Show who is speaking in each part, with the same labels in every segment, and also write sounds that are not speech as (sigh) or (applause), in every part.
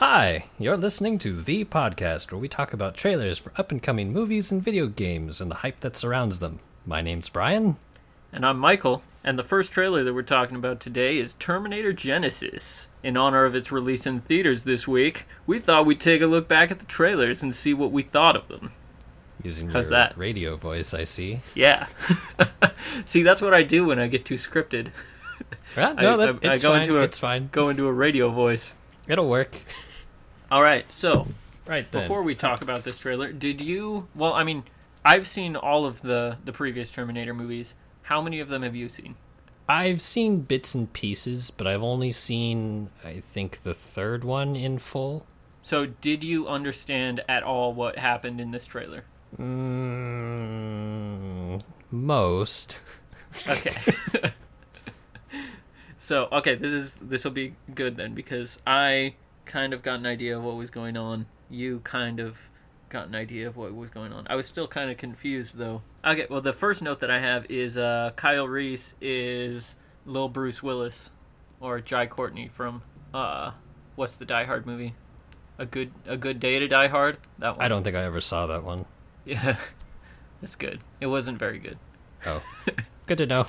Speaker 1: Hi, you're listening to The Podcast, where we talk about trailers for up and coming movies and video games and the hype that surrounds them. My name's Brian.
Speaker 2: And I'm Michael, and the first trailer that we're talking about today is Terminator Genesis. In honor of its release in theaters this week, we thought we'd take a look back at the trailers and see what we thought of them.
Speaker 1: Using
Speaker 2: How's
Speaker 1: your
Speaker 2: that?
Speaker 1: radio voice, I see.
Speaker 2: Yeah. (laughs) see, that's what I do when I get too scripted.
Speaker 1: Ah,
Speaker 2: I-
Speaker 1: no, that,
Speaker 2: I- I
Speaker 1: it's,
Speaker 2: go
Speaker 1: fine.
Speaker 2: into a-
Speaker 1: it's fine.
Speaker 2: Go into a radio voice.
Speaker 1: It'll work.
Speaker 2: All right, so
Speaker 1: Right then.
Speaker 2: before we talk about this trailer, did you? Well, I mean, I've seen all of the the previous Terminator movies. How many of them have you seen?
Speaker 1: I've seen bits and pieces, but I've only seen, I think, the third one in full.
Speaker 2: So, did you understand at all what happened in this trailer?
Speaker 1: Mm, most. (laughs)
Speaker 2: Okay. so, okay, this is this will be good then because I kind of got an idea of what was going on. You kind of got an idea of what was going on. I was still kind of confused though. Okay, well, the first note that I have is uh, Kyle Reese is little Bruce Willis or Jai Courtney from uh, what's the Die Hard movie? A good a good day to Die Hard. That one.
Speaker 1: I don't think I ever saw that one.
Speaker 2: (laughs) Yeah, that's good. It wasn't very good. (laughs)
Speaker 1: Oh. Good to know.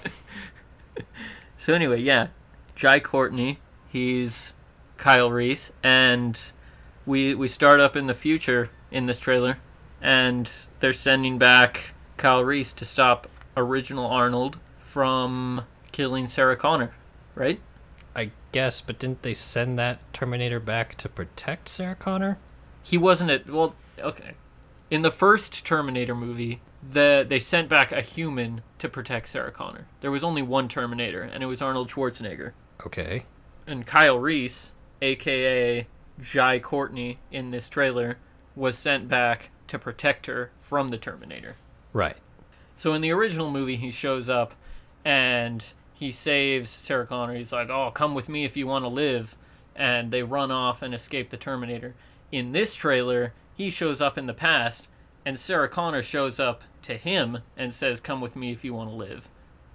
Speaker 2: So anyway, yeah, Jai Courtney, he's Kyle Reese, and we we start up in the future in this trailer, and they're sending back Kyle Reese to stop original Arnold from killing Sarah Connor, right?
Speaker 1: I guess, but didn't they send that Terminator back to protect Sarah Connor?
Speaker 2: He wasn't at well, okay. In the first Terminator movie, the they sent back a human to protect Sarah Connor. There was only one Terminator, and it was Arnold Schwarzenegger.
Speaker 1: Okay.
Speaker 2: and Kyle Reese, aka Jai Courtney, in this trailer, was sent back to protect her from the Terminator.
Speaker 1: Right.
Speaker 2: So in the original movie, he shows up and he saves Sarah Connor. He's like, "Oh, come with me if you want to live," and they run off and escape the Terminator. In this trailer, he shows up in the past, and Sarah Connor shows up to him and says, "Come with me if you want to live,"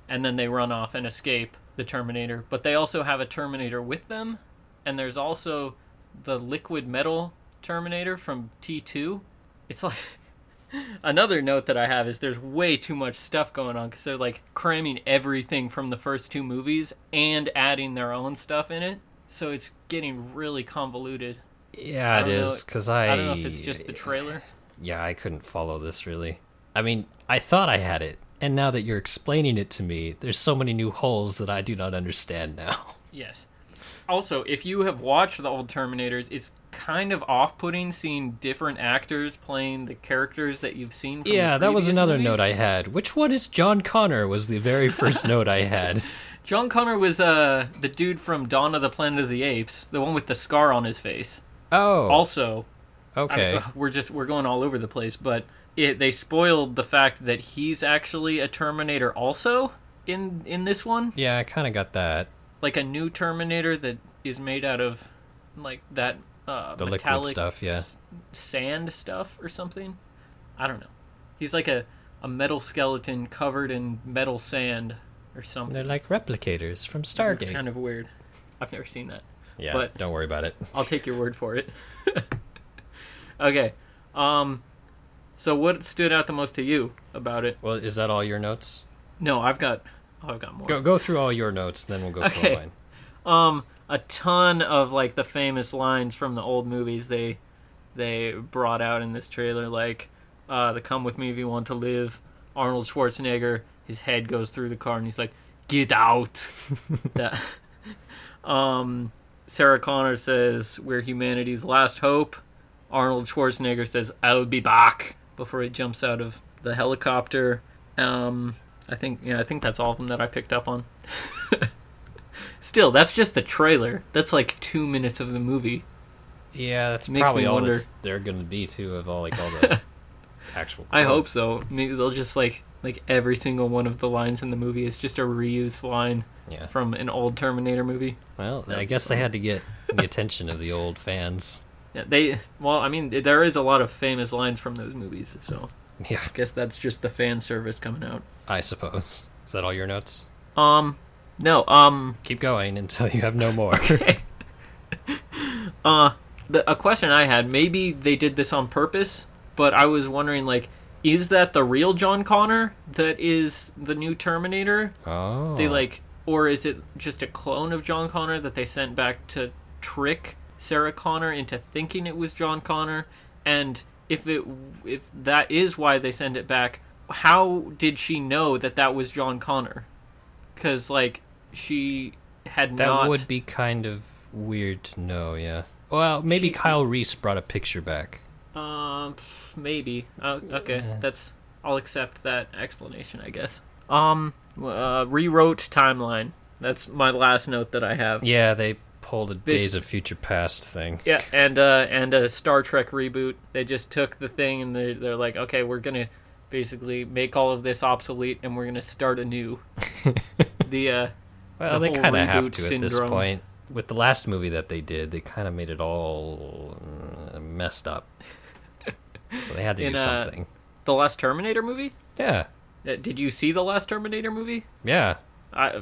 Speaker 2: and then they run off and escape the Terminator. But they also have a Terminator with them, and there's also the liquid metal Terminator from T2. It's like another note that I have is there's way too much stuff going on because they're like cramming everything from the first two movies and adding their own stuff in it. So it's getting really convoluted.
Speaker 1: Yeah, it
Speaker 2: don't know-
Speaker 1: is. Because I,
Speaker 2: I don't know if it's just the trailer.
Speaker 1: Yeah, I couldn't follow this really. I mean, I thought I had it, and now that you're explaining it to me, there's so many new holes that I do not understand now.
Speaker 2: Yes. Also, if you have watched the old Terminators, it's kind of off-putting seeing different actors playing the characters that you've seen. From the
Speaker 1: yeah, that was
Speaker 2: previous
Speaker 1: another
Speaker 2: movies.
Speaker 1: note I had. Which one is John Connor? Was the very first note I
Speaker 2: (laughs)
Speaker 1: had.
Speaker 2: John Connor was uh the dude from Dawn of the Planet of the Apes, the one with the scar on his face.
Speaker 1: Oh,
Speaker 2: Also, I mean,
Speaker 1: okay.
Speaker 2: ugh, we're just we're going all over the place, but it, they spoiled the fact that he's actually a Terminator also in in this one,
Speaker 1: yeah, I kind of got that.
Speaker 2: like a new Terminator that is made out of like that uh,
Speaker 1: The liquid
Speaker 2: metallic
Speaker 1: stuff, yeah.
Speaker 2: s- sand stuff or something. I don't know. He's like a a metal skeleton covered in metal sand or
Speaker 1: They're
Speaker 2: something.
Speaker 1: like replicators from
Speaker 2: It's
Speaker 1: Stargate.
Speaker 2: kind of weird. I've never seen that.
Speaker 1: yeah,
Speaker 2: but-
Speaker 1: don't worry about it.
Speaker 2: I'll take your word for it. (laughs) okay. Um so what stood out the most to you about it?
Speaker 1: Well, is that all your notes?
Speaker 2: No, I've got oh, I've got more.
Speaker 1: Go go through all your notes, then we'll go through
Speaker 2: Okay.
Speaker 1: mine.
Speaker 2: Um a ton of like the famous lines from the old movies they they brought out in this trailer like uh the come with me if you want to live Arnold Schwarzenegger his head goes through the car and he's like get out. that, um Sarah Connor says we're humanity's last hope. Arnold Schwarzenegger says, "I'll be back" before he jumps out of the helicopter. Um, I think yeah, I think that's all of them that I picked up on. Still, that's just the trailer. That's like two minutes of the movie.
Speaker 1: Yeah, that's
Speaker 2: Makes
Speaker 1: probably
Speaker 2: me
Speaker 1: all
Speaker 2: wonder.
Speaker 1: that's, they're going to be too of all like all the
Speaker 2: (laughs)
Speaker 1: actual.
Speaker 2: I hope
Speaker 1: quotes.
Speaker 2: so. Maybe they'll just like like every single one of the lines in the movie is just a reused line
Speaker 1: Yeah.
Speaker 2: from an old Terminator movie.
Speaker 1: Well, I guess they had to get the attention of the old fans.
Speaker 2: Yeah, they well, I mean, there is a lot of famous lines from those movies, so
Speaker 1: Yeah,
Speaker 2: I guess that's just the fan service coming out.
Speaker 1: I suppose. Is that all your notes?
Speaker 2: Um, no, um, (laughs)
Speaker 1: Keep going until you have no more.
Speaker 2: uh the, a question I had, maybe they did this on purpose, but I was wondering, like, is that the real John Connor that is the new Terminator?
Speaker 1: Oh.
Speaker 2: They like, or is it just a clone of John Connor that they sent back to trick Sarah Connor into thinking it was John Connor? And if it, if that is why they send it back, how did she know that that was John Connor? Because like she had
Speaker 1: That
Speaker 2: not.
Speaker 1: would be kind of weird to know, yeah. Well, maybe
Speaker 2: She-
Speaker 1: Kyle Reese brought a picture back.
Speaker 2: Um, maybe. Uh, okay, that's. I'll accept that explanation, I guess. Um, uh, rewrote timeline. That's my last note that I have.
Speaker 1: Yeah, they pulled a
Speaker 2: This-
Speaker 1: Days of Future Past thing.
Speaker 2: Yeah, and uh, and a Star Trek reboot. They just took the thing and they're they're like, okay, we're gonna basically make all of this obsolete and we're gonna start anew. the uh,
Speaker 1: Well,
Speaker 2: the
Speaker 1: they
Speaker 2: whole
Speaker 1: kind of have
Speaker 2: reboot
Speaker 1: to at this
Speaker 2: syndrome.
Speaker 1: point. With the last movie that they did, they kind of made it all uh, messed up. so they had (laughs) to
Speaker 2: In,
Speaker 1: do
Speaker 2: uh,
Speaker 1: something.
Speaker 2: the last Terminator movie.
Speaker 1: Yeah,
Speaker 2: Uh, Did you see the last Terminator movie?
Speaker 1: yeah,
Speaker 2: I,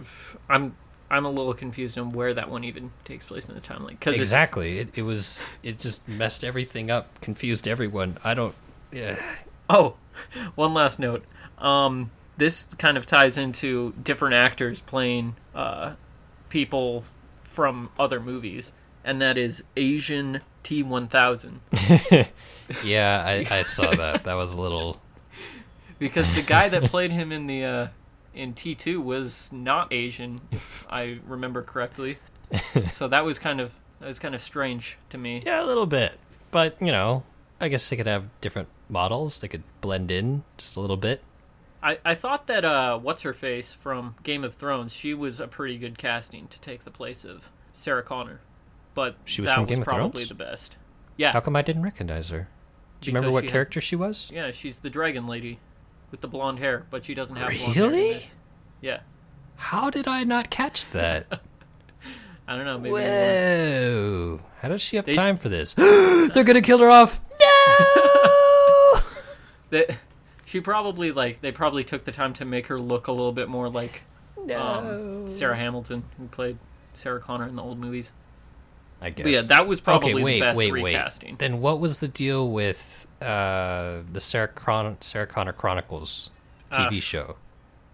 Speaker 2: I'm I'm a little confused on where that one even takes place in the timeline because it's
Speaker 1: exactly. It, it was it just messed everything up, confused everyone. I don't. (laughs) Yeah,
Speaker 2: Oh, one last note. Um, this kind of ties into different actors playing uh, people from other movies, and that is Asian T1000.
Speaker 1: yeah. I, I saw that. That was a little.
Speaker 2: Because the guy that played him in the uh, in T2 was not Asian, if I remember correctly. So that was kind of that was kind of strange to me.
Speaker 1: (laughs) Yeah, a little bit. But you know, I guess they could have different models. They could blend in just a little bit.
Speaker 2: I, I thought that uh, what's her face from Game of Thrones, she was a pretty good casting to take the place of Sarah Connor, but
Speaker 1: She was
Speaker 2: that
Speaker 1: from Game
Speaker 2: was
Speaker 1: of
Speaker 2: probably
Speaker 1: Thrones?
Speaker 2: the best. Yeah,
Speaker 1: How come I didn't recognize her? Do you remember
Speaker 2: Because
Speaker 1: what
Speaker 2: she has-
Speaker 1: character she was?
Speaker 2: yeah, she's the dragon lady with the blonde hair, but she doesn't have blonde hair. in
Speaker 1: Really?
Speaker 2: this. Yeah,
Speaker 1: How did I not catch that?
Speaker 2: I don't know. Maybe they weren't.
Speaker 1: Whoa! How does she have
Speaker 2: They-
Speaker 1: time for this? (gasps) They're gonna kill her
Speaker 2: (gasps)
Speaker 1: off. (laughs) No!
Speaker 2: They- she probably like they probably took the time to make her look a little bit more like um, Sarah Hamilton, who played Sarah Connor in the old movies.
Speaker 1: I guess.
Speaker 2: But yeah, that was probably
Speaker 1: okay, wait,
Speaker 2: the best
Speaker 1: wait,
Speaker 2: recasting.
Speaker 1: wait. Then what was the deal with uh, the Sarah, Chron- Sarah Connor Chronicles TV
Speaker 2: Uh,
Speaker 1: show?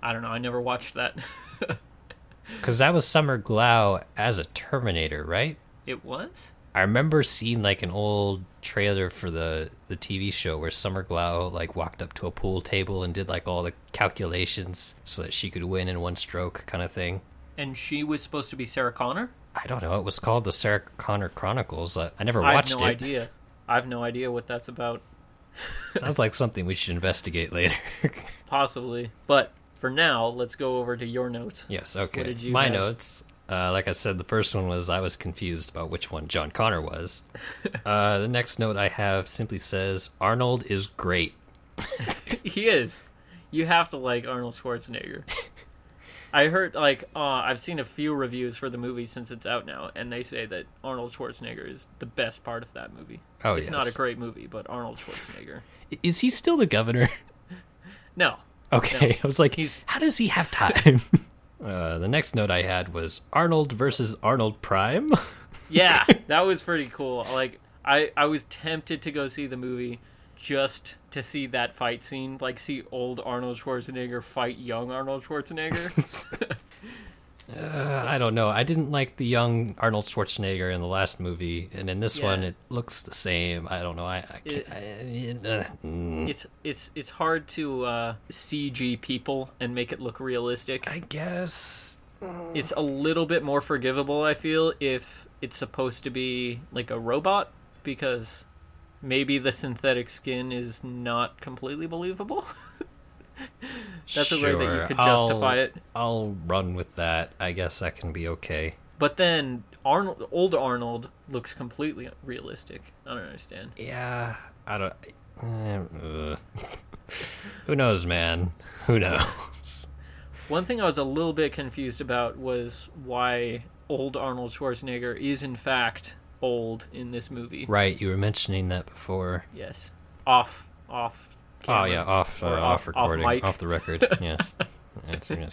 Speaker 2: I don't know. I never watched that. (laughs)
Speaker 1: Because that was Summer Glau as a Terminator, right?
Speaker 2: it was.
Speaker 1: I remember seeing like an old trailer for the the TV show where Summer Glau like walked up to a pool table and did like all the calculations so that she could win in one stroke, kind of thing.
Speaker 2: and she was supposed to be Sarah Connor.
Speaker 1: I don't know. It was called the Sarah Connor Chronicles. I, I never
Speaker 2: I have
Speaker 1: watched
Speaker 2: no
Speaker 1: it.
Speaker 2: idea. I have no idea what that's about,
Speaker 1: (laughs) Sounds like something we should investigate later. (laughs)
Speaker 2: possibly. But for now, let's go over to your notes.
Speaker 1: yes. Okay.
Speaker 2: did you
Speaker 1: My
Speaker 2: have?
Speaker 1: notes. Uh, like I said, the first one was I was confused about which one John Connor
Speaker 2: (laughs)
Speaker 1: was. uh, the next note I have simply says Arnold is great.
Speaker 2: (laughs) he is. You have to like Arnold
Speaker 1: (laughs)
Speaker 2: Schwarzenegger. I heard like uh, I've seen a few reviews for the movie since it's out now, and they say that Arnold Schwarzenegger is the best part of that movie.
Speaker 1: Oh,
Speaker 2: it's not a
Speaker 1: yes.
Speaker 2: great movie, but Arnold Schwarzenegger.
Speaker 1: I- Is he still the governor? (laughs)
Speaker 2: no,
Speaker 1: Okay,
Speaker 2: No,
Speaker 1: I was like,
Speaker 2: he's-
Speaker 1: how does he
Speaker 2: (laughs)
Speaker 1: have time? (laughs) uh, the next note I had was Arnold versus Arnold Prime. (laughs)
Speaker 2: yeah, that was pretty cool. Like I, I was tempted to go see the movie just to see that fight scene, like see old Arnold Schwarzenegger fight young Arnold Schwarzenegger.
Speaker 1: uh, I don't know. I didn't like the young Arnold Schwarzenegger in the last movie, and in this
Speaker 2: Yeah.
Speaker 1: one, it looks the same. I don't know. I, I, can't,
Speaker 2: It-
Speaker 1: I- I- uh, mm.
Speaker 2: it's it's it's hard to uh, CG people and make it look realistic.
Speaker 1: I guess.
Speaker 2: It's a little bit more forgivable, I feel, if it's supposed to be like a robot because maybe the synthetic skin is not completely believable. (laughs) That's a way that you
Speaker 1: Sure,
Speaker 2: could
Speaker 1: I'll-
Speaker 2: justify it.
Speaker 1: I'll run with that. I guess that can be okay.
Speaker 2: But then Arnold, old Arnold, looks completely realistic. I don't understand.
Speaker 1: Yeah, I don't. Uh, ugh. (laughs) Who knows, man? Who knows?
Speaker 2: One thing I was a little bit confused about was why old Arnold Schwarzenegger is in fact old in this movie.
Speaker 1: right, you were mentioning that before.
Speaker 2: Yes, off, off. Camera.
Speaker 1: Oh yeah, off uh,
Speaker 2: Or
Speaker 1: off,
Speaker 2: off- off
Speaker 1: recording, off,
Speaker 2: mic.
Speaker 1: the
Speaker 2: (laughs)
Speaker 1: record. Yes. yes, yes, yes, yes.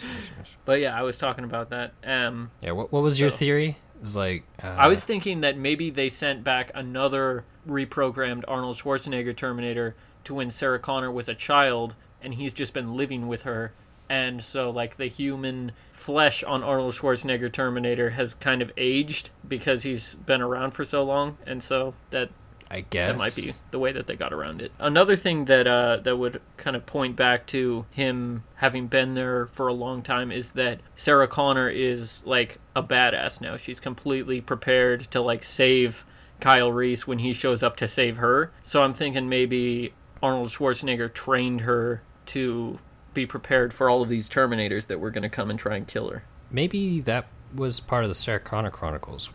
Speaker 2: But yeah, I was talking about that. Um,
Speaker 1: Yeah. What, what was your
Speaker 2: So-
Speaker 1: theory It's like uh,
Speaker 2: I was thinking that maybe they sent back another reprogrammed Arnold Schwarzenegger Terminator to when Sarah Connor was a child and he's just been living with her. And so, like, the human flesh on Arnold Schwarzenegger Terminator has kind of aged because he's been around for so long. And so that
Speaker 1: I guess
Speaker 2: that might be the way that they got around it. Another thing that uh, that would kind of point back to him having been there for a long time is that Sarah Connor is like a badass now. She's completely prepared to like save Kyle Reese when he shows up to save her. So I'm thinking maybe Arnold Schwarzenegger trained her to be prepared for all of these Terminators that were going to come and try and kill her.
Speaker 1: Maybe that was part of the Sarah Connor
Speaker 2: (laughs)
Speaker 1: Chronicles.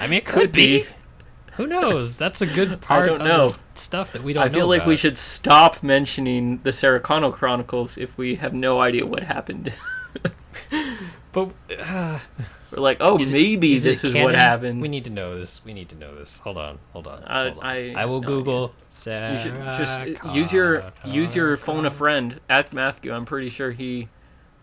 Speaker 1: I mean, it could, be.
Speaker 2: be.
Speaker 1: Who knows? That's a
Speaker 2: (laughs)
Speaker 1: good part
Speaker 2: don't
Speaker 1: of
Speaker 2: know.
Speaker 1: s- stuff that we don't
Speaker 2: I
Speaker 1: know
Speaker 2: feel like we
Speaker 1: about.
Speaker 2: should stop mentioning the Sarah Connor Chronicles if we have no idea what happened. (laughs)
Speaker 1: But uh,
Speaker 2: We're like, oh,
Speaker 1: Is it-
Speaker 2: maybe
Speaker 1: is it
Speaker 2: this is what
Speaker 1: canon?
Speaker 2: happened.
Speaker 1: We need to know this. We need to know this. Hold on. Hold on.
Speaker 2: I-
Speaker 1: hold on.
Speaker 2: I-
Speaker 1: will
Speaker 2: no
Speaker 1: Google.
Speaker 2: you should just
Speaker 1: Sarah
Speaker 2: uh, use your
Speaker 1: Connor.
Speaker 2: use your phone a friend. Ask Matthew. I'm pretty sure he.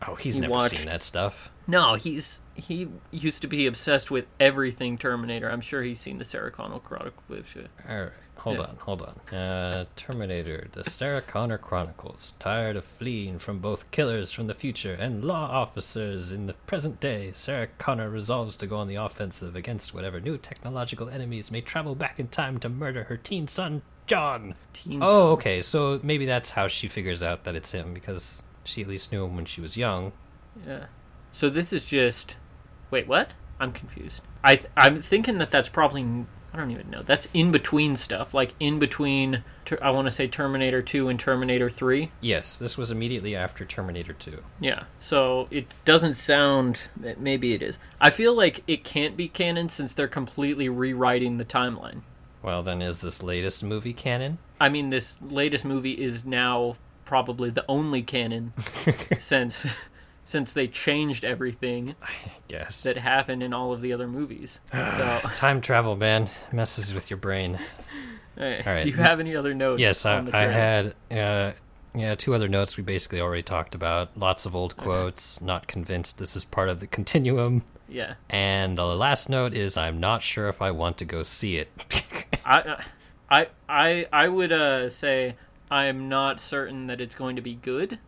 Speaker 1: Oh, he's
Speaker 2: you
Speaker 1: never
Speaker 2: watch-
Speaker 1: seen that stuff.
Speaker 2: No, he's he used to be obsessed with everything Terminator. I'm sure he's seen the Sarah Connor Chronicles.
Speaker 1: All right. Hold
Speaker 2: Yeah.
Speaker 1: on, hold on. Uh, Terminator, the Sarah Connor Chronicles. Tired of fleeing from both killers from the future and law officers in the present day, Sarah Connor resolves to go on the offensive against whatever new technological enemies may travel back in time to murder her teen son, John.
Speaker 2: Teen
Speaker 1: Oh, okay. So maybe that's how she figures out that it's him because she at least knew him when she was young.
Speaker 2: Yeah. So this is just. Wait, what? I'm confused. I th- I'm thinking that that's probably I don't even know. That's in between stuff, like in between. Ter- I want to say Terminator Two and Terminator Three.
Speaker 1: Yes, this was immediately after Terminator 2.
Speaker 2: Yeah. So it doesn't sound. eh, Maybe it is. I feel like it can't be canon since they're completely rewriting the timeline.
Speaker 1: Well, then is this latest movie canon?
Speaker 2: I mean, this latest movie is now probably the
Speaker 1: (laughs)
Speaker 2: only canon since since they changed everything
Speaker 1: Yes.
Speaker 2: that happened in all of the other movies.
Speaker 1: (sighs)
Speaker 2: So.
Speaker 1: Time travel, man, messes with your brain.
Speaker 2: Alright,
Speaker 1: Alright.
Speaker 2: eh, Do you have any other notes?
Speaker 1: Yes, I,
Speaker 2: on the
Speaker 1: I
Speaker 2: trend?
Speaker 1: had uh, yeah two other notes we basically already talked about. Lots of old quotes. Not convinced this is part of the continuum.
Speaker 2: Yeah,
Speaker 1: And the last note is I'm not sure if I want to go see it. (laughs)
Speaker 2: I, I, I, I would uh, say I'm not certain that it's going to be good,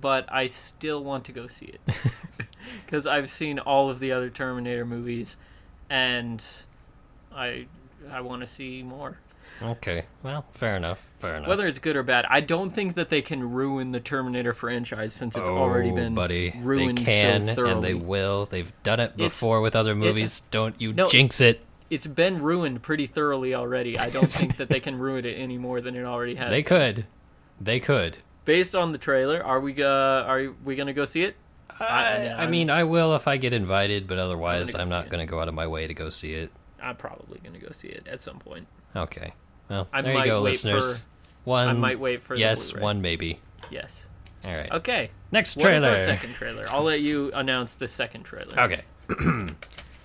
Speaker 2: but I still want to go see it
Speaker 1: (laughs)
Speaker 2: because I've seen all of the other Terminator movies, and I, I want to see more.
Speaker 1: okay, well, fair enough. Fair enough.
Speaker 2: Whether it's good or bad, I don't think that they can ruin the Terminator franchise since it's
Speaker 1: Oh,
Speaker 2: already been
Speaker 1: buddy,
Speaker 2: ruined
Speaker 1: they can
Speaker 2: so thoroughly.
Speaker 1: and they will. They've done it
Speaker 2: It's-
Speaker 1: before with other movies. Don't you
Speaker 2: No.
Speaker 1: jinx it.
Speaker 2: it's been ruined pretty thoroughly already.
Speaker 1: (laughs)
Speaker 2: I don't think that they can ruin it any more than it already has.
Speaker 1: They
Speaker 2: been.
Speaker 1: could. They could.
Speaker 2: Based on the trailer, are we uh, are we gonna go see it?
Speaker 1: I,
Speaker 2: I-
Speaker 1: Uh, I mean, I will if I get invited, but otherwise,
Speaker 2: go
Speaker 1: I'm
Speaker 2: see
Speaker 1: not
Speaker 2: it.
Speaker 1: going to go out of my way to go see it.
Speaker 2: I'm probably gonna go see it at some point.
Speaker 1: Okay. Well,
Speaker 2: I
Speaker 1: there
Speaker 2: might
Speaker 1: you go,
Speaker 2: wait
Speaker 1: listeners.
Speaker 2: for-
Speaker 1: one.
Speaker 2: I might wait for the
Speaker 1: Yes,
Speaker 2: Blu-ray.
Speaker 1: one maybe.
Speaker 2: Yes.
Speaker 1: All right.
Speaker 2: Okay.
Speaker 1: Next
Speaker 2: What is
Speaker 1: trailer.
Speaker 2: our second trailer? I'll let you announce the second trailer.
Speaker 1: Okay. (clears throat)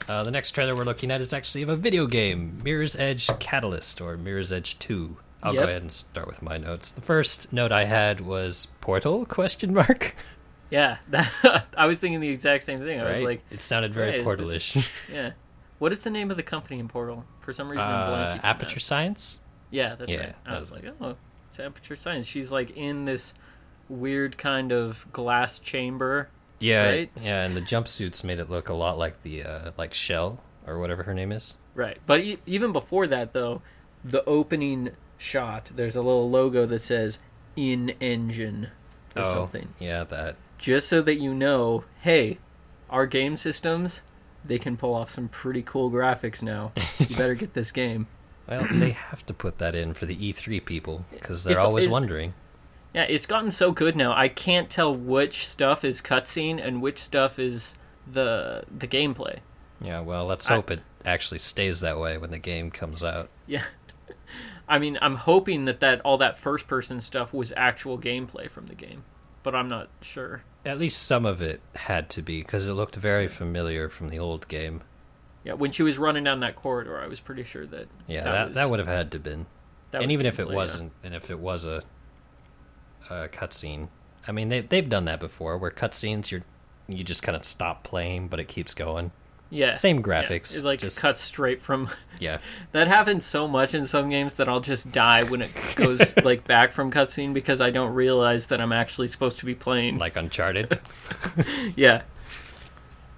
Speaker 1: uh, the next trailer we're looking at is actually of a video game, Mirror's Edge Catalyst or Mirror's Edge Two. I'll
Speaker 2: Yep.
Speaker 1: go ahead and start with my notes. The first note I had was Portal (laughs) question mark.
Speaker 2: Yeah. (laughs) I was thinking the exact same thing. I was
Speaker 1: Right.
Speaker 2: like,
Speaker 1: it sounded
Speaker 2: hey,
Speaker 1: very
Speaker 2: is this- (laughs)
Speaker 1: portalish.
Speaker 2: yeah. What is the name of the company in Portal? For some reason, I'm
Speaker 1: Uh,
Speaker 2: blanking. on
Speaker 1: Aperture Science.
Speaker 2: that. Yeah, that's
Speaker 1: Yeah,
Speaker 2: right. I
Speaker 1: that
Speaker 2: was
Speaker 1: was-
Speaker 2: like, oh, it's Aperture Science. She's like in this weird kind of glass chamber.
Speaker 1: Yeah,
Speaker 2: Right?
Speaker 1: yeah, and the jumpsuits made it look a lot like the uh, like Shell or whatever her name is.
Speaker 2: Right. But e- even before that, though, the opening shot, there's a little logo that says in engine or Oh.
Speaker 1: Oh.
Speaker 2: something.
Speaker 1: Yeah, that.
Speaker 2: Just so that you know, hey, our game systems, they can pull off some pretty cool graphics now. you better get this game.
Speaker 1: Well, they have to put that in for the E3 people because they're
Speaker 2: It's-
Speaker 1: always
Speaker 2: it's-
Speaker 1: wondering.
Speaker 2: Yeah, it's gotten so good now. I can't tell which stuff is cutscene and which stuff is the the gameplay. (laughs)
Speaker 1: Yeah, well, let's
Speaker 2: I-
Speaker 1: hope it actually stays that way when the game comes out.
Speaker 2: Yeah. I mean, I'm hoping that, that all that first person stuff was actual gameplay from the game, but I'm not sure.
Speaker 1: At least some of it had to be because it looked very familiar from the old game.
Speaker 2: Yeah, when she was running down that corridor, I was pretty sure that
Speaker 1: Yeah, that,
Speaker 2: was-
Speaker 1: that would have had to been.
Speaker 2: that
Speaker 1: and
Speaker 2: was
Speaker 1: even if it
Speaker 2: gameplay, yeah.
Speaker 1: wasn't, and if it was a, a cutscene, I mean they they've done that before where cutscenes you you just kind of stop playing, but it keeps going.
Speaker 2: Yeah.
Speaker 1: Same
Speaker 2: Yeah.
Speaker 1: graphics.
Speaker 2: It like
Speaker 1: just,
Speaker 2: cuts straight from (laughs)
Speaker 1: yeah.
Speaker 2: that happens so much in some games that I'll just die when
Speaker 1: (laughs)
Speaker 2: it goes like back from cutscene because I don't realize that I'm actually supposed to be playing.
Speaker 1: Like
Speaker 2: (laughs)
Speaker 1: Uncharted.
Speaker 2: yeah.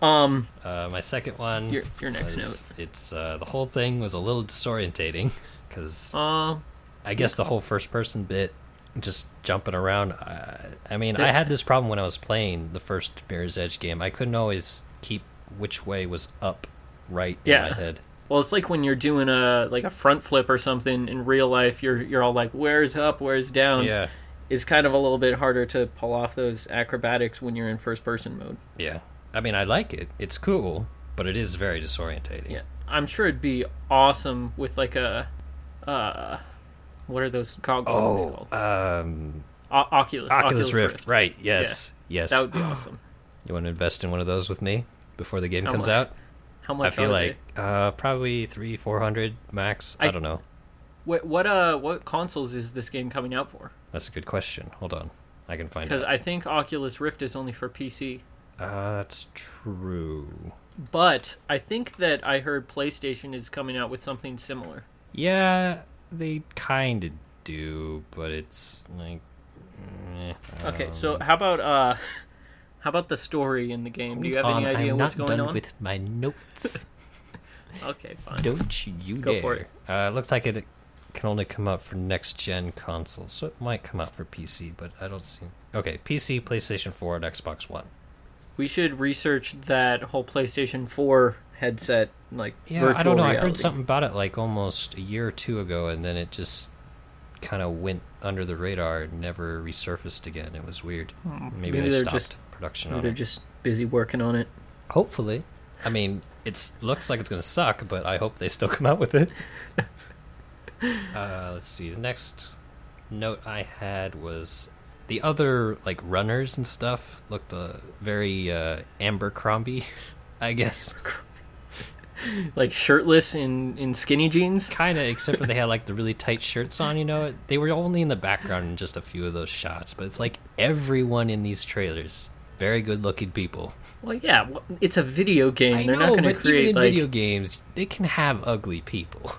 Speaker 2: Um
Speaker 1: Uh, my second one.
Speaker 2: your your next
Speaker 1: was- It's uh, the whole thing was a little disorientating because
Speaker 2: note. Um
Speaker 1: I guess the whole first person bit, just jumping around. I, I mean, I
Speaker 2: Yeah.
Speaker 1: had this problem when I was playing the first Mirror's Edge game. I couldn't always keep which way was up, right in
Speaker 2: Yeah.
Speaker 1: my
Speaker 2: (laughs)
Speaker 1: head.
Speaker 2: well it's like when you're doing a like a front flip or something in real life you're you're all like where's up, where's down.
Speaker 1: Yeah,
Speaker 2: It's kind of a little bit harder to pull off those acrobatics when you're in first person mode.
Speaker 1: yeah. I mean, I like it. It's cool, but it is very disorientating.
Speaker 2: Yeah, I'm sure it'd be awesome with like a, uh, what are those goggles
Speaker 1: Oh,
Speaker 2: called?
Speaker 1: um,
Speaker 2: O- Oculus,
Speaker 1: Oculus Rift. Right. Yes. Yes.
Speaker 2: That would be awesome.
Speaker 1: You want to invest in one of those with me before the game
Speaker 2: How
Speaker 1: comes
Speaker 2: much?
Speaker 1: out?
Speaker 2: How
Speaker 1: I
Speaker 2: much?
Speaker 1: feel
Speaker 2: are
Speaker 1: like uh, probably three, four hundred max. I,
Speaker 2: I-
Speaker 1: don't know.
Speaker 2: they? what what uh what consoles is this game coming out for?
Speaker 1: That's a good question. Hold on, I can find
Speaker 2: Because
Speaker 1: out.
Speaker 2: I think Oculus Rift is only for PC,
Speaker 1: Uh, that's true.
Speaker 2: but I think that I heard PlayStation is coming out with something similar.
Speaker 1: Yeah, they kind of do, but it's like. eh.
Speaker 2: Okay, so how about uh, (laughs) how about the story in the game? Do you have
Speaker 1: Hold
Speaker 2: any
Speaker 1: on,
Speaker 2: idea
Speaker 1: Um, I'm
Speaker 2: what's
Speaker 1: not
Speaker 2: going
Speaker 1: done
Speaker 2: on?
Speaker 1: with my notes.
Speaker 2: Okay, (laughs) fine.
Speaker 1: Don't you
Speaker 2: Go
Speaker 1: dare.
Speaker 2: for it.
Speaker 1: Uh, it looks like it can only come out for next gen consoles, so it might come out for PC, but I don't see. Okay, PC, PlayStation 4, and Xbox One.
Speaker 2: We should research that whole PlayStation 4 headset, like
Speaker 1: Yeah,
Speaker 2: virtual
Speaker 1: I don't know. I heard
Speaker 2: reality.
Speaker 1: something about it like almost a year or two ago, and then it just kind of went under the radar and never resurfaced again. It was weird. Maybe,
Speaker 2: Hmm. Maybe
Speaker 1: they
Speaker 2: they're
Speaker 1: stopped
Speaker 2: just-
Speaker 1: production
Speaker 2: Maybe
Speaker 1: on
Speaker 2: They're
Speaker 1: it.
Speaker 2: just busy working on it.
Speaker 1: Hopefully, I mean, it looks like it's going to suck, but I hope they still come out with
Speaker 2: (laughs)
Speaker 1: it. uh, let's see. The next note I had was the other like runners and stuff looked uh, very uh, Amber Crombie, (laughs) I guess.
Speaker 2: Like shirtless in in skinny jeans.
Speaker 1: kind of except for they had like the really tight shirts on you know they were only in the background in just a few of those shots but it's like everyone in these trailers very good looking people
Speaker 2: Well, yeah, well, it's a video game.
Speaker 1: i
Speaker 2: They're
Speaker 1: know
Speaker 2: not going to
Speaker 1: but even
Speaker 2: create
Speaker 1: in
Speaker 2: like
Speaker 1: video games they can have ugly people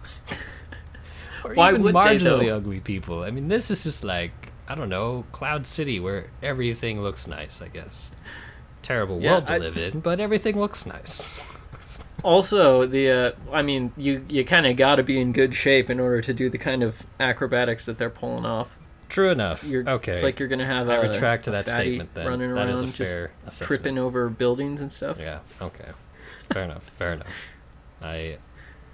Speaker 1: (laughs) or
Speaker 2: Why
Speaker 1: even
Speaker 2: would they,
Speaker 1: marginally
Speaker 2: though?
Speaker 1: ugly people i mean this is just like i don't know cloud city where everything looks nice i guess terrible
Speaker 2: Yeah,
Speaker 1: world to
Speaker 2: I-
Speaker 1: live in but everything looks nice (laughs)
Speaker 2: also the uh, I mean, you you kind of got to be in good shape in order to do the kind of acrobatics that they're pulling off.
Speaker 1: true enough
Speaker 2: You're,
Speaker 1: okay
Speaker 2: It's like you're going to have
Speaker 1: I
Speaker 2: a
Speaker 1: retract
Speaker 2: a
Speaker 1: that
Speaker 2: fatty
Speaker 1: statement. Then
Speaker 2: running
Speaker 1: that
Speaker 2: around
Speaker 1: is a
Speaker 2: just
Speaker 1: fair assessment.
Speaker 2: tripping over buildings and stuff.
Speaker 1: Yeah. Okay. Fair enough. Fair enough. I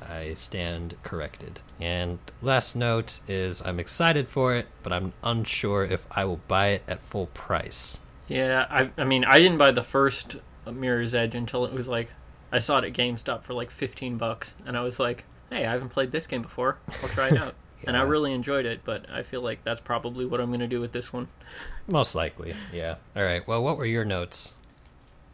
Speaker 1: I stand corrected. And last note is I'm excited for it, but I'm unsure if I will buy it at full price.
Speaker 2: Yeah, I, I mean, I didn't buy the first Mirror's Edge until it was like, I saw it at GameStop for like 15 bucks, and I was like, hey, I haven't played this game before. I'll try it out. And I
Speaker 1: Yeah.
Speaker 2: really enjoyed it, but I feel like that's probably what I'm going to do with this one.
Speaker 1: Most likely. Yeah. All right. Well, what were your notes?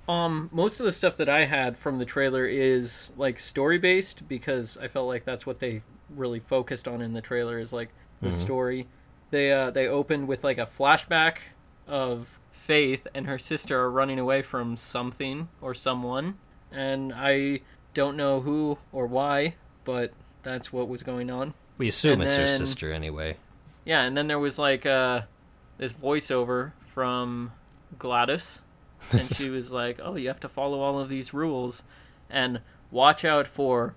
Speaker 2: Um, most of the stuff that I had from the trailer is like story based because I felt like that's what they really focused on in the trailer is like the story. They uh, they opened with like a flashback of Faith and her sister are running away from something or someone, and I don't know who or why, but that's what was going on.
Speaker 1: We assume
Speaker 2: And
Speaker 1: it's her
Speaker 2: then-
Speaker 1: sister anyway. (laughs)
Speaker 2: Yeah, and then there was like uh, this voiceover from Gladys, and she was like, "Oh, you have to follow all of these rules, and watch out for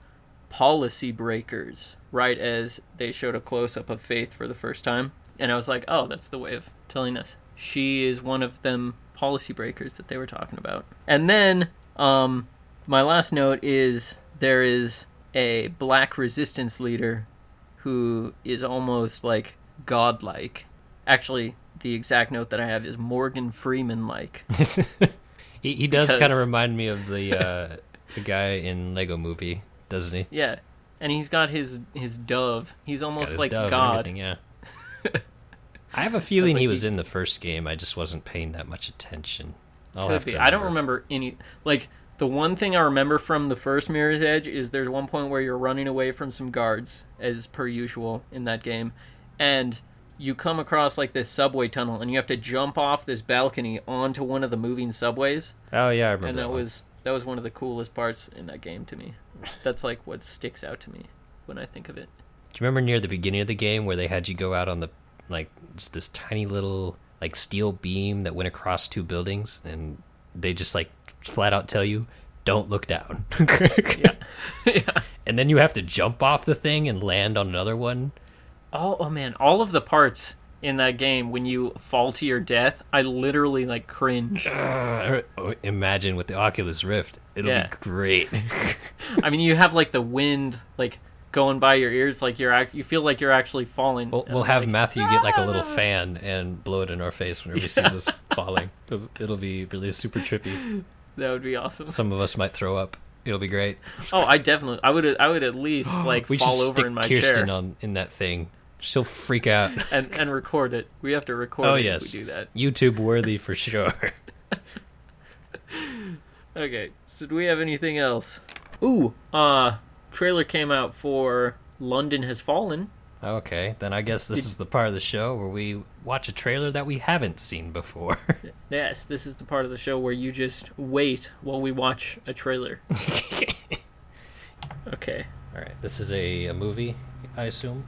Speaker 2: policy breakers." Right as they showed a close up of Faith for the first time, and I was like, "Oh, that's the way of telling us she is one of them policy breakers that they were talking about." And then, um, my last note is there is a black resistance leader who is almost like godlike. Actually, the exact note that I have is Morgan
Speaker 1: (laughs)
Speaker 2: Freeman like.
Speaker 1: he he does
Speaker 2: Because-
Speaker 1: kind of remind me of the uh, the guy in Lego Movie, doesn't he?
Speaker 2: yeah. And he's got his his dove. He's
Speaker 1: He's got
Speaker 2: almost
Speaker 1: his
Speaker 2: like
Speaker 1: dove and everything,
Speaker 2: God.
Speaker 1: Yeah. (laughs) I have a feeling
Speaker 2: like
Speaker 1: he was
Speaker 2: he-
Speaker 1: in the first game. I just wasn't paying that much attention. I'll
Speaker 2: Could
Speaker 1: have
Speaker 2: be.
Speaker 1: to
Speaker 2: I don't remember any like the one thing I remember from the first Mirror's Edge is there's one point where you're running away from some guards, as per usual in that game, and you come across like this subway tunnel and you have to jump off this balcony onto one of the moving subways.
Speaker 1: Oh yeah, I remember.
Speaker 2: and
Speaker 1: that
Speaker 2: that
Speaker 1: one.
Speaker 2: was That was one of the coolest parts in that game to me. That's like what sticks out to me when I think of it.
Speaker 1: Do you remember near the beginning of the game where they had you go out on the like just this tiny little like steel beam that went across two buildings and they just like flat out tell you don't look down. (laughs)
Speaker 2: Yeah. (laughs) yeah.
Speaker 1: And then you have to jump off the thing and land on another one.
Speaker 2: Oh, oh man, all of the parts in that game when you fall to your death, I literally
Speaker 1: (laughs)
Speaker 2: like cringe.
Speaker 1: Ugh, imagine with the Oculus Rift, it'll
Speaker 2: Uh, Yeah.
Speaker 1: be great. (laughs)
Speaker 2: I mean, you have like the wind like going by your ears, like you're act- you feel like you're actually falling.
Speaker 1: we'll,
Speaker 2: And
Speaker 1: we'll
Speaker 2: I'm
Speaker 1: have
Speaker 2: like,
Speaker 1: Matthew get like a little fan and blow it in our face whenever he sees us
Speaker 2: (laughs)
Speaker 1: falling. It'll- It'll be really super trippy.
Speaker 2: that would be awesome.
Speaker 1: Some of us might throw up. It'll be great.
Speaker 2: Oh, I definitely, I would, I would at
Speaker 1: (gasps)
Speaker 2: least like
Speaker 1: we
Speaker 2: fall
Speaker 1: should
Speaker 2: over
Speaker 1: stick
Speaker 2: in my
Speaker 1: Kirsten
Speaker 2: chair
Speaker 1: on in that thing. She'll freak out.
Speaker 2: and and record it. We have to record.
Speaker 1: oh
Speaker 2: it if
Speaker 1: yes,
Speaker 2: we do that.
Speaker 1: YouTube worthy for sure. (laughs)
Speaker 2: Okay, so do we have anything else? Ooh, uh, trailer came out for London Has Fallen.
Speaker 1: Okay, then I guess this is the part of the show where we watch a trailer that we haven't seen before. (laughs)
Speaker 2: Yes, this is the part of the show where you just wait while we watch a trailer. okay.
Speaker 1: All right, this is a, a movie, I assume.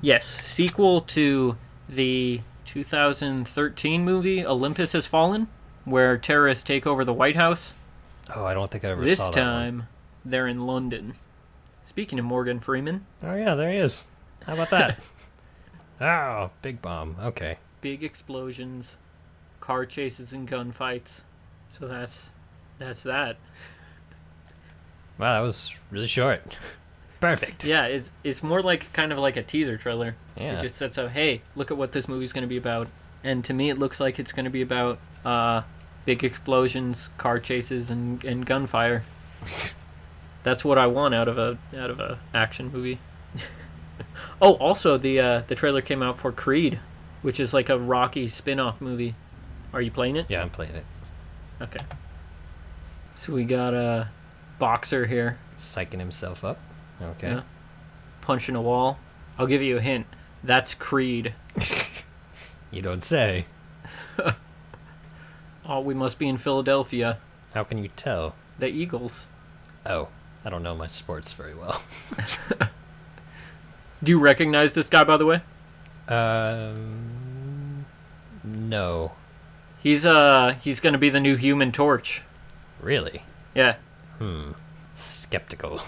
Speaker 2: Yes, sequel to the 2013 movie Olympus Has Fallen, where terrorists take over the White House.
Speaker 1: Oh, I don't think I ever
Speaker 2: This
Speaker 1: saw that one.
Speaker 2: time, they're in London. Speaking of Morgan Freeman,
Speaker 1: Oh yeah, there he is. How about
Speaker 2: (laughs)
Speaker 1: that? oh, big bomb. Okay.
Speaker 2: big explosions, car chases and gunfights. So that's that's that.
Speaker 1: Wow, that was really short. Perfect.
Speaker 2: Yeah, it's it's more like kind of like a teaser trailer.
Speaker 1: Yeah.
Speaker 2: It just sets up, hey, look at what this movie's going to be about. And to me, it looks like it's going to be about uh, big explosions, car chases, and, and gunfire. That's what I want out of a out of a action movie. (laughs) oh, also the uh, the trailer came out for Creed, which is like a Rocky spin-off movie. Are you playing it?
Speaker 1: Yeah, I'm playing it.
Speaker 2: Okay. So we got a boxer here.
Speaker 1: Psyching himself up. Okay.
Speaker 2: Yeah. punching a wall. I'll give you a hint. That's Creed.
Speaker 1: You don't say.
Speaker 2: Oh, we must be in Philadelphia.
Speaker 1: How can you tell?
Speaker 2: The Eagles.
Speaker 1: Oh, I don't know my sports very well. (laughs)
Speaker 2: Do you recognize this guy, by the way?
Speaker 1: Um, no,
Speaker 2: He's uh he's gonna be the new Human Torch.
Speaker 1: really.
Speaker 2: Yeah,
Speaker 1: Skeptical.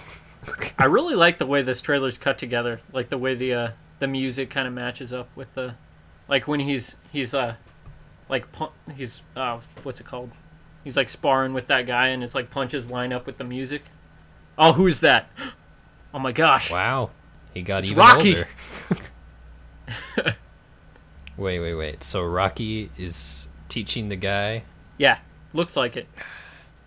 Speaker 2: I really like the way this trailer's cut together. Like the way the uh, the music kind of matches up with the, like when he's he's uh, like pu- he's uh what's it called? He's like sparring with that guy, and his like punches line up with the music. Oh, who's that? (gasps) Oh my gosh!
Speaker 1: Wow, he got even
Speaker 2: Rocky!
Speaker 1: older. (laughs) wait, wait, wait. So Rocky is teaching the guy.
Speaker 2: Yeah, looks like it.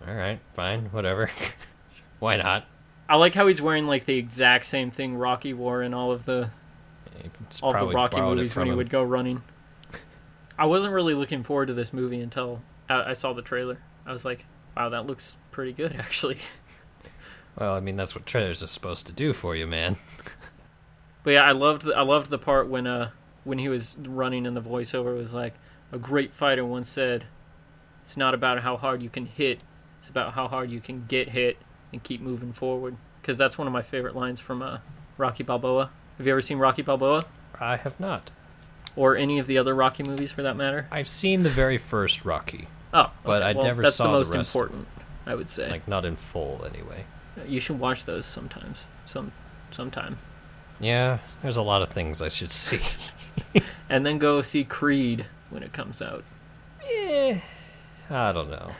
Speaker 1: All right, fine, whatever. (laughs) Why not?
Speaker 2: I like how he's wearing like the exact same thing Rocky wore in all of the
Speaker 1: It's
Speaker 2: all the
Speaker 1: probably
Speaker 2: Rocky
Speaker 1: borrowed it
Speaker 2: movies when
Speaker 1: from
Speaker 2: he
Speaker 1: him.
Speaker 2: would go running. I wasn't really looking forward to this movie until I, I saw the trailer. I was like, "Wow, that looks pretty good, (laughs) actually."
Speaker 1: Well, I mean, that's what trailers are supposed to do for you, man.
Speaker 2: But yeah, I loved the, I loved the part when uh when he was running and the voiceover was like, "A great fighter once said, it's not about how hard you can hit, it's about how hard you can get hit and keep moving forward." Because that's one of my favorite lines from uh, Rocky Balboa. Have you ever seen Rocky Balboa?
Speaker 1: I have not.
Speaker 2: or any of the other Rocky movies for that matter.
Speaker 1: I've seen the very first Rocky,
Speaker 2: Oh,
Speaker 1: But
Speaker 2: okay.
Speaker 1: I
Speaker 2: well,
Speaker 1: never
Speaker 2: that's
Speaker 1: saw
Speaker 2: the
Speaker 1: the
Speaker 2: most
Speaker 1: rest.
Speaker 2: important, I would say.
Speaker 1: like not in full anyway.
Speaker 2: you should watch those sometimes, some sometime,
Speaker 1: Yeah, there's a lot of things I should (laughs) see.
Speaker 2: and then go see Creed when it comes out.
Speaker 1: Eh, I don't know.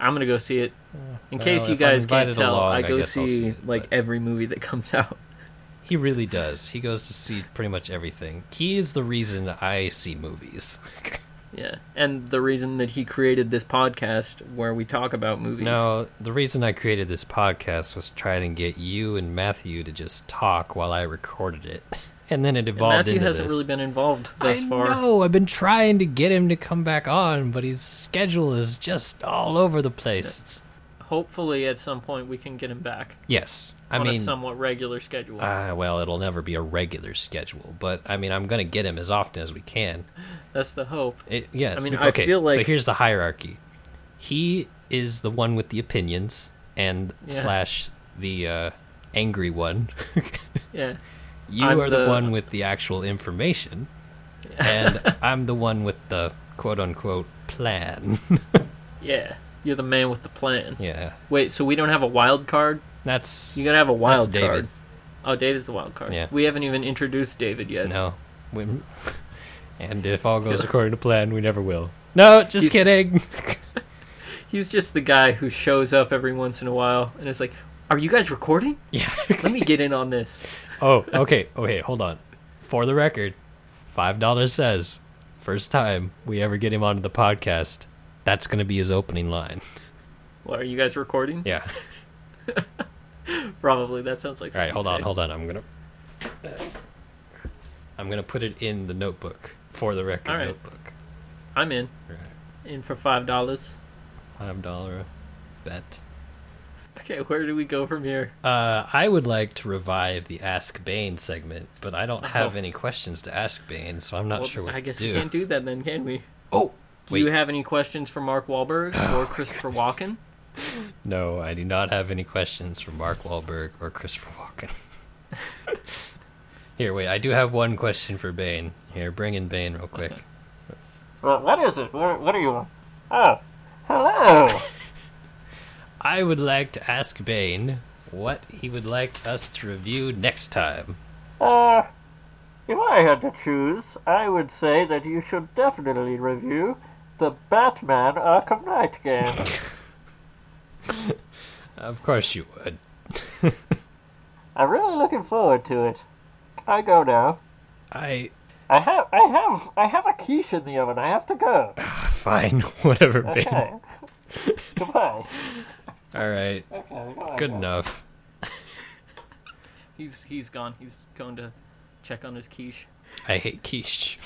Speaker 2: I'm gonna go see it. In
Speaker 1: Uh, well,
Speaker 2: case you
Speaker 1: if I'm
Speaker 2: guys can't
Speaker 1: invited
Speaker 2: tell,
Speaker 1: along,
Speaker 2: I
Speaker 1: I
Speaker 2: go
Speaker 1: guess I'll
Speaker 2: see,
Speaker 1: see it,
Speaker 2: like
Speaker 1: but-
Speaker 2: every movie that (laughs) comes out.
Speaker 1: He really does. He goes to see pretty much everything. He is the reason I see (laughs) movies.
Speaker 2: Yeah, and the reason that he created this podcast where we talk about movies.
Speaker 1: no, the reason I created this podcast was trying to get you and Matthew to just talk while I recorded it, (laughs) and then it evolved
Speaker 2: Matthew
Speaker 1: into
Speaker 2: hasn't
Speaker 1: this.
Speaker 2: really been involved thus
Speaker 1: I
Speaker 2: far.
Speaker 1: know. I've been trying to get him to come back on, but his schedule is just all over the place.
Speaker 2: Hopefully, at some point, we can get him back
Speaker 1: Yes, I
Speaker 2: on a
Speaker 1: mean,
Speaker 2: somewhat regular schedule.
Speaker 1: ah, well, it'll never be a regular schedule, but I mean, I'm gonna get him as often as we can.
Speaker 2: That's the hope.
Speaker 1: It, yeah, it's
Speaker 2: mean,
Speaker 1: bec-
Speaker 2: I
Speaker 1: okay,
Speaker 2: feel
Speaker 1: so
Speaker 2: like-
Speaker 1: here's the hierarchy. He is the one with the opinions and
Speaker 2: Yeah.
Speaker 1: slash the uh, angry one. (laughs)
Speaker 2: Yeah.
Speaker 1: you
Speaker 2: I'm
Speaker 1: are the,
Speaker 2: the-
Speaker 1: one with the actual information,
Speaker 2: (laughs)
Speaker 1: and I'm the one with the quote unquote plan. (laughs)
Speaker 2: Yeah. You're the man with the plan.
Speaker 1: yeah,
Speaker 2: Wait, so we don't have a wild card?
Speaker 1: that's
Speaker 2: You gotta have a wild
Speaker 1: David.
Speaker 2: card. Oh, David's the wild card.
Speaker 1: Yeah.
Speaker 2: We haven't even introduced David yet.
Speaker 1: no. We- (laughs) and if all goes according to plan, we never will. No, just
Speaker 2: He's- (laughs)
Speaker 1: kidding. (laughs)
Speaker 2: He's just the guy who shows up every once in a while and is like, Are you guys recording?
Speaker 1: yeah.
Speaker 2: Let me get in on
Speaker 1: (laughs)
Speaker 2: this.
Speaker 1: Oh, okay. Okay, hold on. For the record, $5 says, first time we ever get him onto the podcast, that's going to be his opening line. (laughs)
Speaker 2: What, are you guys recording?
Speaker 1: Yeah.
Speaker 2: Probably. That sounds like
Speaker 1: All right,
Speaker 2: something.
Speaker 1: hold on,
Speaker 2: he'd
Speaker 1: hold on. I'm going to I'm going to put it in the notebook. For the record
Speaker 2: All right.
Speaker 1: notebook.
Speaker 2: say. I'm in.
Speaker 1: All right.
Speaker 2: In for $5.
Speaker 1: $5 bet.
Speaker 2: Okay, where do we go from here?
Speaker 1: Uh, I would like to revive the Ask Bane segment, but I don't have
Speaker 2: Oh.
Speaker 1: any questions to ask Bane, so I'm not
Speaker 2: Well,
Speaker 1: sure what
Speaker 2: I guess
Speaker 1: to do.
Speaker 2: we can't do that then, can we?
Speaker 1: Oh,
Speaker 2: Do
Speaker 1: wait. Oh
Speaker 2: you have any questions for Mark
Speaker 1: (sighs)
Speaker 2: Wahlberg or Christopher Walken?
Speaker 1: No, I do not have any questions for Mark Wahlberg or Christopher
Speaker 2: (laughs)
Speaker 1: Walken. Here, wait, I do have one question for Bane. Here, bring in Bane real quick.
Speaker 2: Well, what is it? What, what are you? Oh, hello.
Speaker 1: I would like to ask Bane what he would like us to review next time.
Speaker 2: Uh, if I had to choose, I would say that you should definitely review the Batman Arkham Knight game.
Speaker 1: Of course you would.
Speaker 2: I'm really looking forward to it. Can I go now?
Speaker 1: I. (laughs)
Speaker 2: I have, I have, I have a quiche in the oven. I have to go.
Speaker 1: Fine, (laughs) whatever, Bane. (laughs)
Speaker 2: Okay. Goodbye.
Speaker 1: Alright,
Speaker 2: Okay, goodbye.
Speaker 1: good enough.
Speaker 2: He's he's gone. He's going to check on his quiche.
Speaker 1: I hate quiche.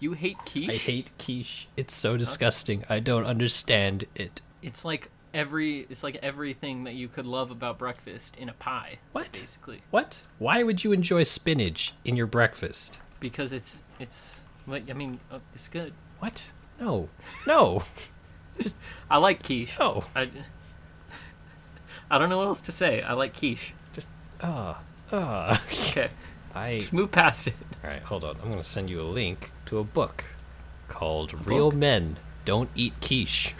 Speaker 2: You hate quiche?
Speaker 1: I hate quiche. It's so disgusting. I don't understand it.
Speaker 2: It's like every it's like everything that you could love about breakfast in a pie.
Speaker 1: What?
Speaker 2: Basically,
Speaker 1: What? Why would you enjoy spinach in your breakfast?
Speaker 2: because it's it's what I mean. uh, It's good.
Speaker 1: What? No. No. (laughs) Just
Speaker 2: I like quiche.
Speaker 1: no.
Speaker 2: I I don't know what else to say. I like quiche.
Speaker 1: Just ah ah. (laughs)
Speaker 2: Okay,
Speaker 1: I
Speaker 2: just move past it.
Speaker 1: all right. Hold on. I'm gonna send you a link to a book called "Real Men Don't Eat Quiche."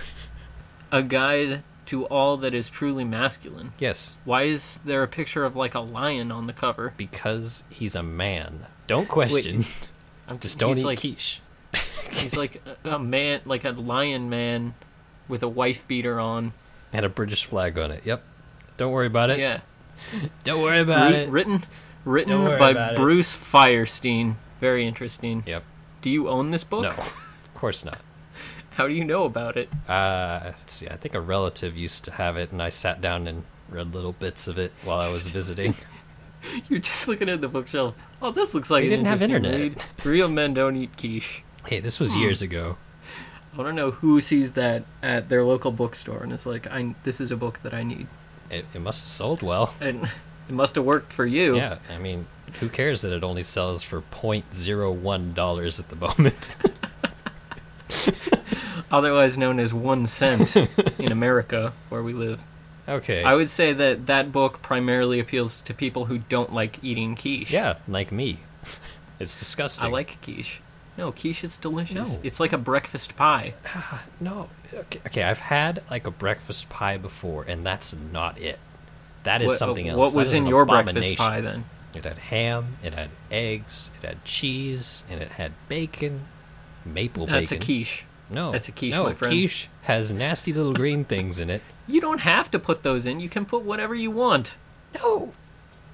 Speaker 2: A guide to all that is truly masculine.
Speaker 1: Yes,
Speaker 2: Why is there a picture of like a lion on the cover?
Speaker 1: because he's a man. Don't question.
Speaker 2: (laughs) I'm,
Speaker 1: Just don't
Speaker 2: he's
Speaker 1: eat
Speaker 2: like,
Speaker 1: quiche.
Speaker 2: He's like a, a man, like a lion man, with a wife beater on.
Speaker 1: And a British flag on it. Yep. Don't worry about it.
Speaker 2: Yeah.
Speaker 1: Don't worry about
Speaker 2: Bru-
Speaker 1: it.
Speaker 2: Written,
Speaker 1: Don't
Speaker 2: written
Speaker 1: worry
Speaker 2: by
Speaker 1: about it.
Speaker 2: Bruce Firestein. Very interesting.
Speaker 1: Yep.
Speaker 2: Do you own this book?
Speaker 1: No. Of course not.
Speaker 2: How do you know about it? (laughs)
Speaker 1: Uh, let's see. I think a relative used to have it, and I sat down and read little bits of it while I was
Speaker 2: (laughs)
Speaker 1: visiting.
Speaker 2: You're just looking at the bookshelf. Oh, this looks like
Speaker 1: They
Speaker 2: an
Speaker 1: didn't have
Speaker 2: interesting
Speaker 1: internet.
Speaker 2: read. Real men don't eat quiche.
Speaker 1: hey, this
Speaker 2: Hmm.
Speaker 1: was years ago.
Speaker 2: I want to know who sees that at their local bookstore and is like, I, "This is a book that I need."
Speaker 1: It, it must have sold well.
Speaker 2: And (laughs) it must have worked for you.
Speaker 1: Yeah, I mean, who cares that it only sells for $0.01 at the
Speaker 2: (laughs)
Speaker 1: moment?
Speaker 2: Otherwise known as
Speaker 1: (laughs)
Speaker 2: one cent in America, where we live.
Speaker 1: okay.
Speaker 2: I would say that that book primarily appeals to people who don't like eating quiche.
Speaker 1: yeah, like me. It's
Speaker 2: I
Speaker 1: disgusting.
Speaker 2: like quiche. No, quiche is delicious.
Speaker 1: No.
Speaker 2: It's like a breakfast pie.
Speaker 1: No. Okay, okay, I've had like a breakfast pie before, and that's not it. That is
Speaker 2: What- uh,
Speaker 1: something else.
Speaker 2: What
Speaker 1: That
Speaker 2: was
Speaker 1: is
Speaker 2: in
Speaker 1: an
Speaker 2: your breakfast
Speaker 1: abomination.
Speaker 2: pie then?
Speaker 1: It had ham, it had eggs, it had cheese, and it had bacon, maple
Speaker 2: That's a
Speaker 1: bacon.
Speaker 2: quiche.
Speaker 1: No,
Speaker 2: That's a quiche,
Speaker 1: No,
Speaker 2: my friend.
Speaker 1: quiche has nasty little green things
Speaker 2: (laughs)
Speaker 1: in it.
Speaker 2: You don't have to put those in. You can put whatever you want.
Speaker 1: No,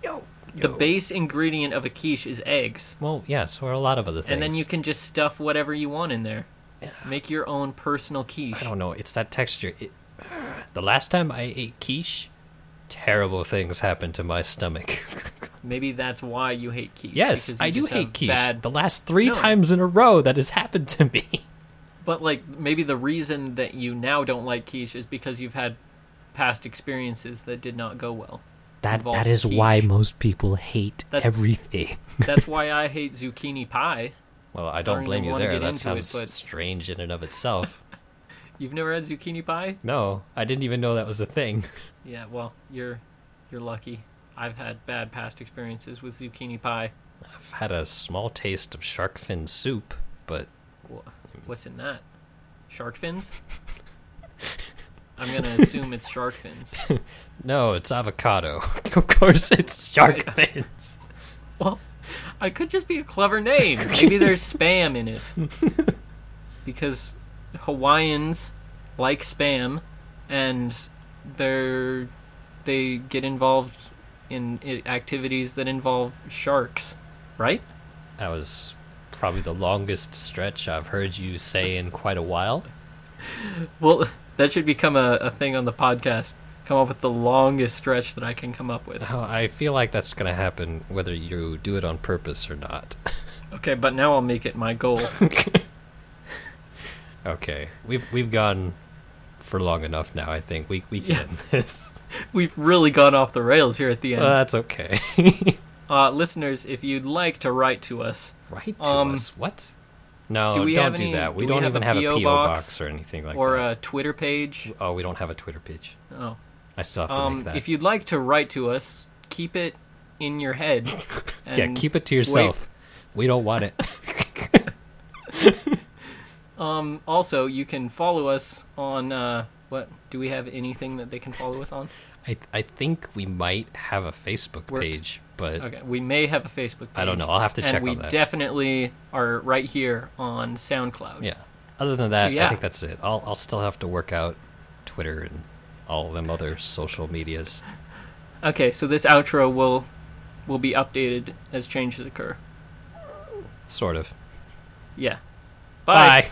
Speaker 1: no.
Speaker 2: The base ingredient of a quiche is eggs,
Speaker 1: Well, yeah, so are a lot of other things.
Speaker 2: and then you can just stuff whatever you want in there. Make your own personal quiche.
Speaker 1: I don't know. It's that texture. It, the last time I ate quiche, terrible things happened to my
Speaker 2: (laughs)
Speaker 1: stomach.
Speaker 2: Maybe that's why you hate quiche.
Speaker 1: yes,
Speaker 2: because you
Speaker 1: I do
Speaker 2: just have
Speaker 1: hate quiche.
Speaker 2: Bad...
Speaker 1: The last three
Speaker 2: No.
Speaker 1: times in a row that has happened to me.
Speaker 2: But like maybe the reason that you now don't like quiche is because you've had past experiences that did not go well.
Speaker 1: That
Speaker 2: Involved
Speaker 1: that is
Speaker 2: quiche.
Speaker 1: why most people hate
Speaker 2: That's-
Speaker 1: everything.
Speaker 2: That's why I hate zucchini pie.
Speaker 1: Well, I don't
Speaker 2: don't
Speaker 1: blame
Speaker 2: even
Speaker 1: you
Speaker 2: wanna
Speaker 1: there.
Speaker 2: get
Speaker 1: That
Speaker 2: into it,
Speaker 1: sounds
Speaker 2: but-
Speaker 1: strange in and of itself. (laughs)
Speaker 2: You've never had zucchini pie?
Speaker 1: No, I didn't even know that was a thing. (laughs)
Speaker 2: Yeah, well, you're you're lucky. I've had bad past experiences with zucchini pie.
Speaker 1: I've had a small taste of shark fin soup, but
Speaker 2: Wh- What's in that? Shark fins? I'm gonna assume it's shark fins.
Speaker 1: no, it's avocado. (laughs) of course, it's shark fins.
Speaker 2: Well, I could just be a
Speaker 1: (laughs)
Speaker 2: clever name. Maybe there's spam in it. Because Hawaiians like spam and they're they get involved in i- activities that involve sharks, right?
Speaker 1: That was probably the longest stretch I've heard you say in quite a while.
Speaker 2: Well, (laughs) that should become a, a thing on the podcast. Come up with the longest stretch that I can come up with.
Speaker 1: Now, Oh, I feel like that's going to happen whether you do it on purpose or not. (laughs)
Speaker 2: Okay, but now I'll make it my goal.
Speaker 1: okay, we've we've gone for long enough now. I think we we can
Speaker 2: Yeah.
Speaker 1: end this.
Speaker 2: (laughs) We've really gone off the rails here at the
Speaker 1: Well,
Speaker 2: end.
Speaker 1: that's okay. (laughs)
Speaker 2: Uh, listeners, if you'd like to write to us,
Speaker 1: right to
Speaker 2: Um,
Speaker 1: us. What? No,
Speaker 2: do we
Speaker 1: not
Speaker 2: have
Speaker 1: do
Speaker 2: any-
Speaker 1: that. We
Speaker 2: do we
Speaker 1: not
Speaker 2: have
Speaker 1: even
Speaker 2: a
Speaker 1: have a
Speaker 2: PO
Speaker 1: PO
Speaker 2: box
Speaker 1: box or anything like
Speaker 2: or
Speaker 1: that.
Speaker 2: a Twitter page.
Speaker 1: Oh, we don't have a Twitter page.
Speaker 2: Oh,
Speaker 1: I still have to
Speaker 2: um,
Speaker 1: make that.
Speaker 2: if you'd like to write to us, keep it in your head.
Speaker 1: (laughs)
Speaker 2: And
Speaker 1: yeah, keep it to yourself. We don't want it. (laughs)
Speaker 2: Um, also, you can follow us on uh, what? Do we have anything that they can follow us on?
Speaker 1: I I think we might have a Facebook
Speaker 2: We're-
Speaker 1: page, but
Speaker 2: Okay, we may have a Facebook. page.
Speaker 1: I don't know. I'll have to check
Speaker 2: and we
Speaker 1: on that.
Speaker 2: definitely are right here on SoundCloud.
Speaker 1: yeah. Other than that, I
Speaker 2: yeah.
Speaker 1: think that's it. I'll I'll still have to work out Twitter and all them other social medias.
Speaker 2: Okay, so this outro will will be updated as changes occur.
Speaker 1: Sort of.
Speaker 2: Yeah.
Speaker 1: Bye.